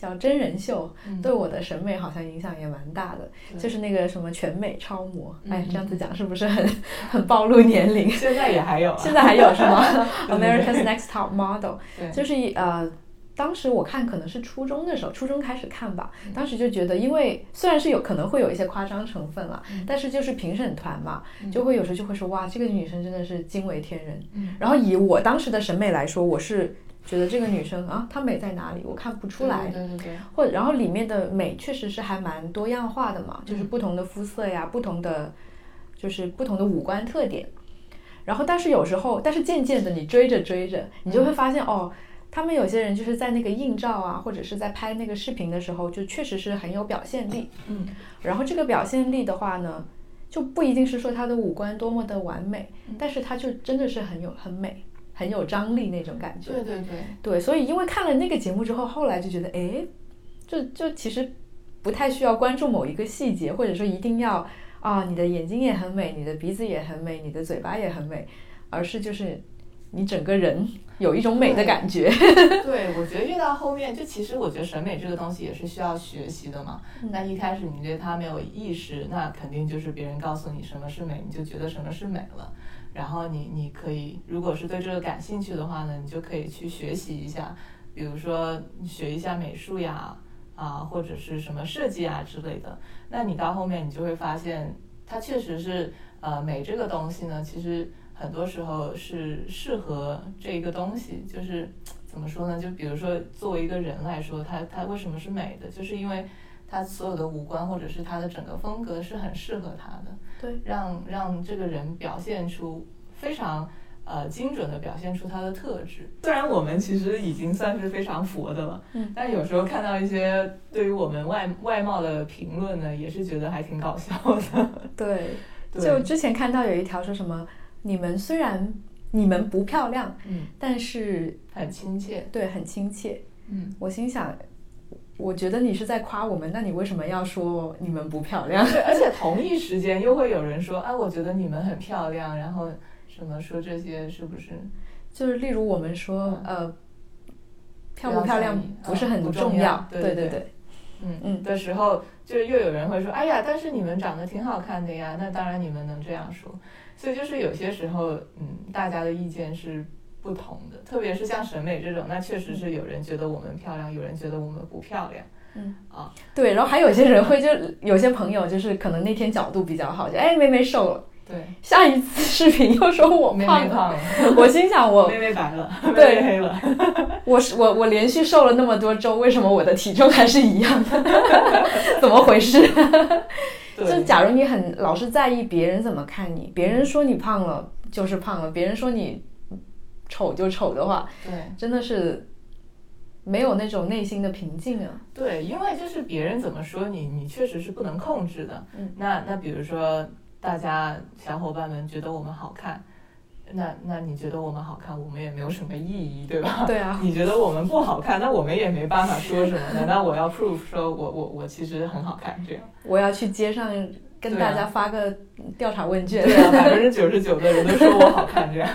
Speaker 2: 叫真人秀，
Speaker 1: 嗯
Speaker 2: 对我的审美好像影响也蛮大的，
Speaker 1: 对
Speaker 2: 就是那个什么全美超模，哎，
Speaker 1: 嗯
Speaker 2: 这样子讲是不是很很暴露年 龄？
Speaker 1: 现在也还有啊。
Speaker 2: 现在还有是吗
Speaker 1: 对对对
Speaker 2: ？America's Next Top Model，
Speaker 1: 对
Speaker 2: 就是呃，当时我看可能是初中的时候，初中开始看吧，
Speaker 1: 嗯
Speaker 2: 当时就觉得，因为虽然是有可能会有一些夸张成分啦，
Speaker 1: 嗯
Speaker 2: 但是就是评审团嘛，就会有时候就会说，哇，这个女生真的是惊为天人。
Speaker 1: 嗯
Speaker 2: 然后以我当时的审美来说，我是觉得这个女生啊，她美在哪里，我看不出来。
Speaker 1: 对对对对
Speaker 2: 或者，然后里面的美确实是还蛮多样化的嘛，就是不同的肤色呀，不同的就是不同的五官特点。然后，但是有时候，但是渐渐的，你追着追着，你就会发现、哦，他们有些人就是在那个硬照啊，或者是在拍那个视频的时候，就确实是很有表现力。
Speaker 1: 嗯，
Speaker 2: 然后这个表现力的话呢，就不一定是说他的五官多么的完美，但是他就真的是很有很美，很有张力那种感觉。
Speaker 1: 对对对，
Speaker 2: 对，所以因为看了那个节目之后，后来就觉得，哎，就就其实不太需要关注某一个细节，或者说一定要啊，你的眼睛也很美，你的鼻子也很美，你的嘴巴也很美，而是就是你整个人有一种美的感觉。
Speaker 1: 对，我觉得越到后面，就其实我觉得审美这个东西也是需要学习的嘛。那一开始你对它没有意识，那肯定就是别人告诉你什么是美，你就觉得什么是美了。然后你你可以，如果是对这个感兴趣的话呢，你就可以去学习一下，比如说学一下美术呀，啊，或者是什么设计啊之类的。那你到后面你就会发现，它确实是呃美这个东西呢，其实很多时候是适合这一个东西，就是怎么说呢？就比如说作为一个人来说，它它为什么是美的，就是因为它所有的五官或者是它的整个风格是很适合它的，
Speaker 2: 对，
Speaker 1: 让让这个人表现出非常。呃，精准的表现出他的特质。虽然我们其实已经算是非常佛的了，
Speaker 2: 嗯，
Speaker 1: 但有时候看到一些对于我们外外貌的评论呢，也是觉得还挺搞笑的。
Speaker 2: 对，
Speaker 1: 对
Speaker 2: 就之前看到有一条说什么，你们虽然你们不漂亮，
Speaker 1: 嗯，
Speaker 2: 但是
Speaker 1: 很亲切，
Speaker 2: 对很亲切。
Speaker 1: 嗯，
Speaker 2: 我心想，我觉得你是在夸我们，那你为什么要说你们不漂亮？
Speaker 1: 对，而且同一时间又会有人说，啊，我觉得你们很漂亮，然后什么说这些是不是？
Speaker 2: 就是例如我们说
Speaker 1: 嗯，
Speaker 2: 呃，漂
Speaker 1: 不
Speaker 2: 不
Speaker 1: 要
Speaker 2: 漂
Speaker 1: 在
Speaker 2: 亮
Speaker 1: 意
Speaker 2: 不是
Speaker 1: 嗯
Speaker 2: 很
Speaker 1: 不
Speaker 2: 重
Speaker 1: 重
Speaker 2: 要
Speaker 1: 要，对
Speaker 2: 对
Speaker 1: 对对
Speaker 2: 对，
Speaker 1: 嗯
Speaker 2: 嗯
Speaker 1: 的时候，就是又有人会说，哎呀，但是你们长得挺好看的呀，那当然你们能这样说。所以就是有些时候，嗯，大家的意见是不同的，特别是像审美这种，那确实是有人觉得我们漂亮，有人觉得我们不漂亮。
Speaker 2: 嗯
Speaker 1: 啊，
Speaker 2: 对。然后还有些人会就有些朋友就是可能那天角度比较好，就哎妹妹瘦了，
Speaker 1: 对，
Speaker 2: 下一次视频又说我
Speaker 1: 妹妹
Speaker 2: 胖
Speaker 1: 胖
Speaker 2: 了，
Speaker 1: 了，
Speaker 2: 我心想 我
Speaker 1: 妹妹白了，妹
Speaker 2: 对
Speaker 1: 妹黑了。
Speaker 2: 我是我我连续瘦了那么多周，为什么我的体重还是一样的？ 怎么回事？就
Speaker 1: 对，
Speaker 2: 假如你很老是在意别人怎么看你，别人说你胖了就是胖了，别人说你丑就丑的话，
Speaker 1: 对。
Speaker 2: 真的是没有那种内心的平静啊。
Speaker 1: 对，因为就是别人怎么说你，你确实是不能控制的。
Speaker 2: 嗯，
Speaker 1: 那那比如说，大家小伙伴们觉得我们好看，那那你觉得我们好看，我们也没有什么意义，对吧？
Speaker 2: 对啊，
Speaker 1: 你觉得我们不好看，那我们也没办法说什么。难道我要 prove 说我我我其实很好看这样？
Speaker 2: 我要去街上跟
Speaker 1: 对啊
Speaker 2: 大家发个调查问卷。
Speaker 1: 对啊，百分之九十九的人都说我好看，这样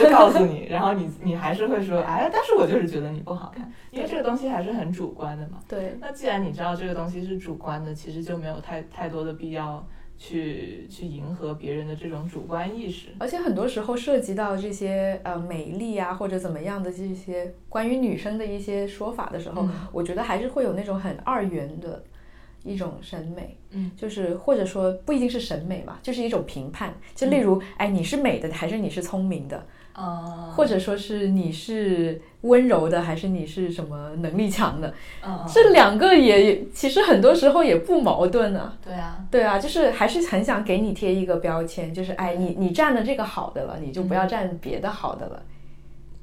Speaker 1: 就告诉你，然后你你还是会说，哎，但是我就是觉得你不好看，因为这个东西还是很主观的嘛。
Speaker 2: 对
Speaker 1: 那既然你知道这个东西是主观的，其实就没有太太多的必要去去迎合别人的这种主观意识。
Speaker 2: 而且很多时候涉及到这些呃美丽啊或者怎么样的这些关于女生的一些说法的时候，
Speaker 1: 嗯
Speaker 2: 我觉得还是会有那种很二元的一种审美，
Speaker 1: 嗯，
Speaker 2: 就是或者说不一定是审美吧，就是一种评判。就
Speaker 1: 嗯
Speaker 2: 例如，哎，你是美的还是你是聪明的，
Speaker 1: 啊
Speaker 2: 或者说是你是温柔的还是你是什么能力强的，
Speaker 1: 嗯，
Speaker 2: 这两个也其实很多时候也不矛盾啊。
Speaker 1: 对啊，
Speaker 2: 对啊，就是还是很想给你贴一个标签，就是哎，你你占了这个好的了，你就不要占别的好的了。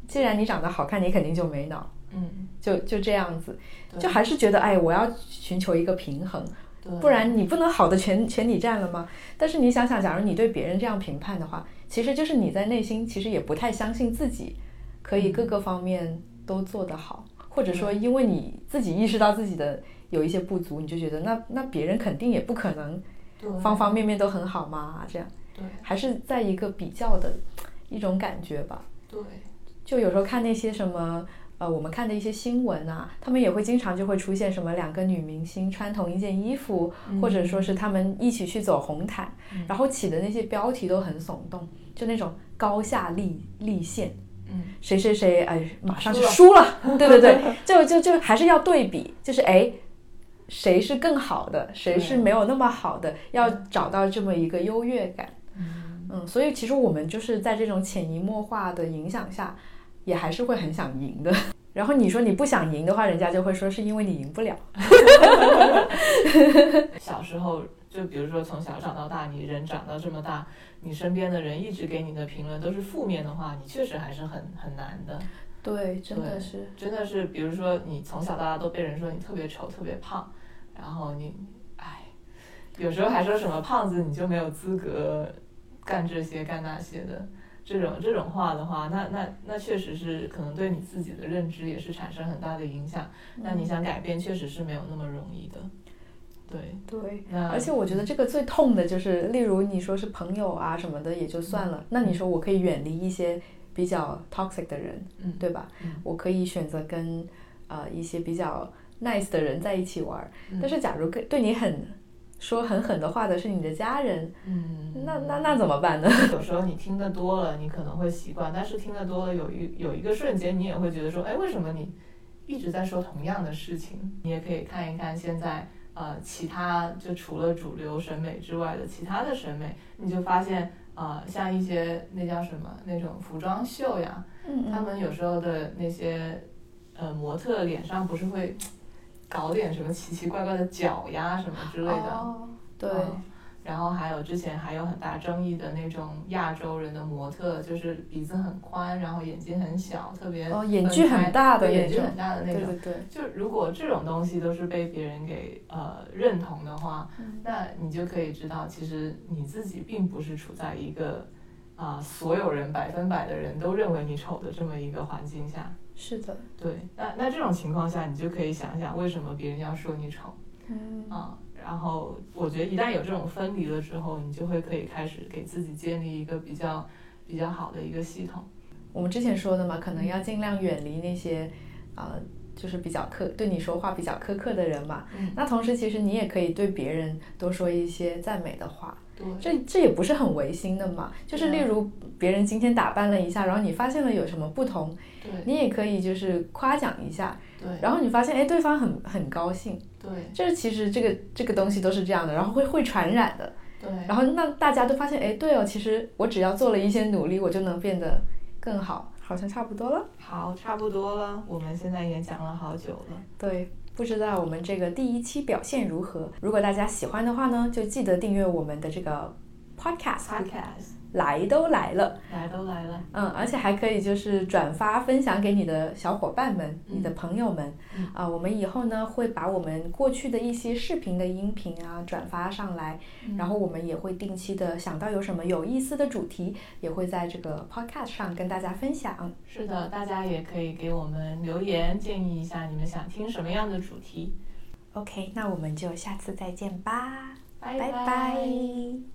Speaker 2: 既然你长得好看，你肯定就没脑，
Speaker 1: 嗯，
Speaker 2: 就就这样子，
Speaker 1: 对
Speaker 2: 就还是觉得哎，我要寻求一个平衡，
Speaker 1: 对，
Speaker 2: 不然你不能好的全全你占了吗？但是你想想，假如你对别人这样评判的话，其实就是你在内心其实也不太相信自己可以各个方面都做得好，或者说因为你自己意识到自己的有一些不足，你就觉得那那别人肯定也不可能。
Speaker 1: 对
Speaker 2: 方方面面都很好嘛，这样
Speaker 1: 对
Speaker 2: 还是在一个比较的一种感觉吧。
Speaker 1: 对
Speaker 2: 就有时候看那些什么。呃，我们看的一些新闻啊，他们也会经常就会出现什么两个女明星穿同一件衣服，或者说是他们一起去走红毯，
Speaker 1: 嗯
Speaker 2: 然后起的那些标题都很耸动，就那种高下立立现，
Speaker 1: 嗯，
Speaker 2: 谁谁谁哎，马上就
Speaker 1: 输
Speaker 2: 输了，对对对， 就就就还是要对比，就是哎，谁是更好的，谁是没有那么好的，要找到这么一个优越感。嗯，所以其实我们就是在这种潜移默化的影响下，也还是会很想赢的。 然后你说你不想赢的话，人家就会说是因为你赢不了。
Speaker 1: 小时候就比如说从小长到大，你人长到这么大，你身边的人一直给你的评论都是负面的话，你确实还是很很难的。
Speaker 2: 对，真的
Speaker 1: 对
Speaker 2: 是，
Speaker 1: 真的是，比如说你从小到大都被人说你特别丑、特别胖，然后你，哎，有时候还说什么胖子你就没有资格干这些干那些的，这种这种话的话，那那那确实是可能对你自己的认知也是产生很大的影响。
Speaker 2: 嗯
Speaker 1: 那你想改变，确实是没有那么容易的。对，
Speaker 2: 嗯对。
Speaker 1: 那
Speaker 2: 而且我觉得这个最痛的就是，例如你说是朋友啊什么的也就算
Speaker 1: 嗯
Speaker 2: 了，那你说我可以远离一些比较 toxic 的人，
Speaker 1: 嗯
Speaker 2: 对吧？
Speaker 1: 嗯
Speaker 2: 我可以选择跟呃一些比较 nice 的人在一起玩儿，
Speaker 1: 嗯
Speaker 2: 但是假如跟对你很说很狠的话的是你的家人，
Speaker 1: 嗯，
Speaker 2: 那那那怎么办呢？
Speaker 1: 有时候你听得多了，你可能会习惯，但是听得多了，有一有一个瞬间，你也会觉得说，哎，为什么你一直在说同样的事情？你也可以看一看现在呃其他就除了主流审美之外的其他的审美，你就发现啊、呃像一些那叫什么那种服装秀呀，
Speaker 2: 嗯
Speaker 1: 他们有时候的那些呃模特脸上不是会搞点什么奇奇怪怪的角呀什么之类的。
Speaker 2: 哦，对，
Speaker 1: 嗯然后还有之前还有很大争议的那种亚洲人的模特，就是鼻子很宽，然后眼睛很小，特别
Speaker 2: 哦，眼距很大的
Speaker 1: 对
Speaker 2: 那
Speaker 1: 眼距
Speaker 2: 种
Speaker 1: 很，大的那
Speaker 2: 对
Speaker 1: 种。
Speaker 2: 对对，
Speaker 1: 就如果这种东西都是被别人给呃认同的话，那你就可以知道，其实你自己并不是处在一个啊、所有人百分百的人都认为你丑的这么一个环境下。
Speaker 2: 是的，
Speaker 1: 对，那那这种情况下，你就可以想想为什么别人要说你丑。
Speaker 2: 嗯
Speaker 1: 啊，然后我觉得一旦有这种分离了之后，你就会可以开始给自己建立一个比较比较好的一个系统。
Speaker 2: 我们之前说的嘛，可能要尽量远离那些，呃，就是比较苛对你说话比较苛刻的人嘛。
Speaker 1: 嗯
Speaker 2: 那同时，其实你也可以对别人多说一些赞美的话，
Speaker 1: 对，
Speaker 2: 这这也不是很违心的嘛。就是例如别人今天打扮了一下，然后你发现了有什么不同，
Speaker 1: 对，
Speaker 2: 你也可以就是夸奖一下，
Speaker 1: 对，
Speaker 2: 然后你发现哎对方很很高兴，
Speaker 1: 对，
Speaker 2: 这其实这个这个东西都是这样的，然后会会传染的。
Speaker 1: 对，
Speaker 2: 然后那大家都发现哎对哦，其实我只要做了一些努力，我就能变得更好，好像差不多了。
Speaker 1: 好，差不多了，我们现在也讲了好久了。
Speaker 2: 对，不知道我们这个第一期表现如何？如果大家喜欢的话呢，就记得订阅我们的这个 podcast，
Speaker 1: Podcast
Speaker 2: 来都来了，
Speaker 1: 来都来了，
Speaker 2: 嗯，而且还可以就是转发分享给你的小伙伴们、
Speaker 1: 嗯
Speaker 2: 你的朋友们
Speaker 1: 嗯
Speaker 2: 啊、我们以后呢会把我们过去的一些视频的音频啊转发上来，
Speaker 1: 嗯
Speaker 2: 然后我们也会定期的想到有什么有意思的主题，也会在这个 podcast 上跟大家分享。
Speaker 1: 是的，大家也可以给我们留言，建议一下你们想听什么样的主题。
Speaker 2: OK，那我们就下次再见吧，
Speaker 1: 拜
Speaker 2: 拜拜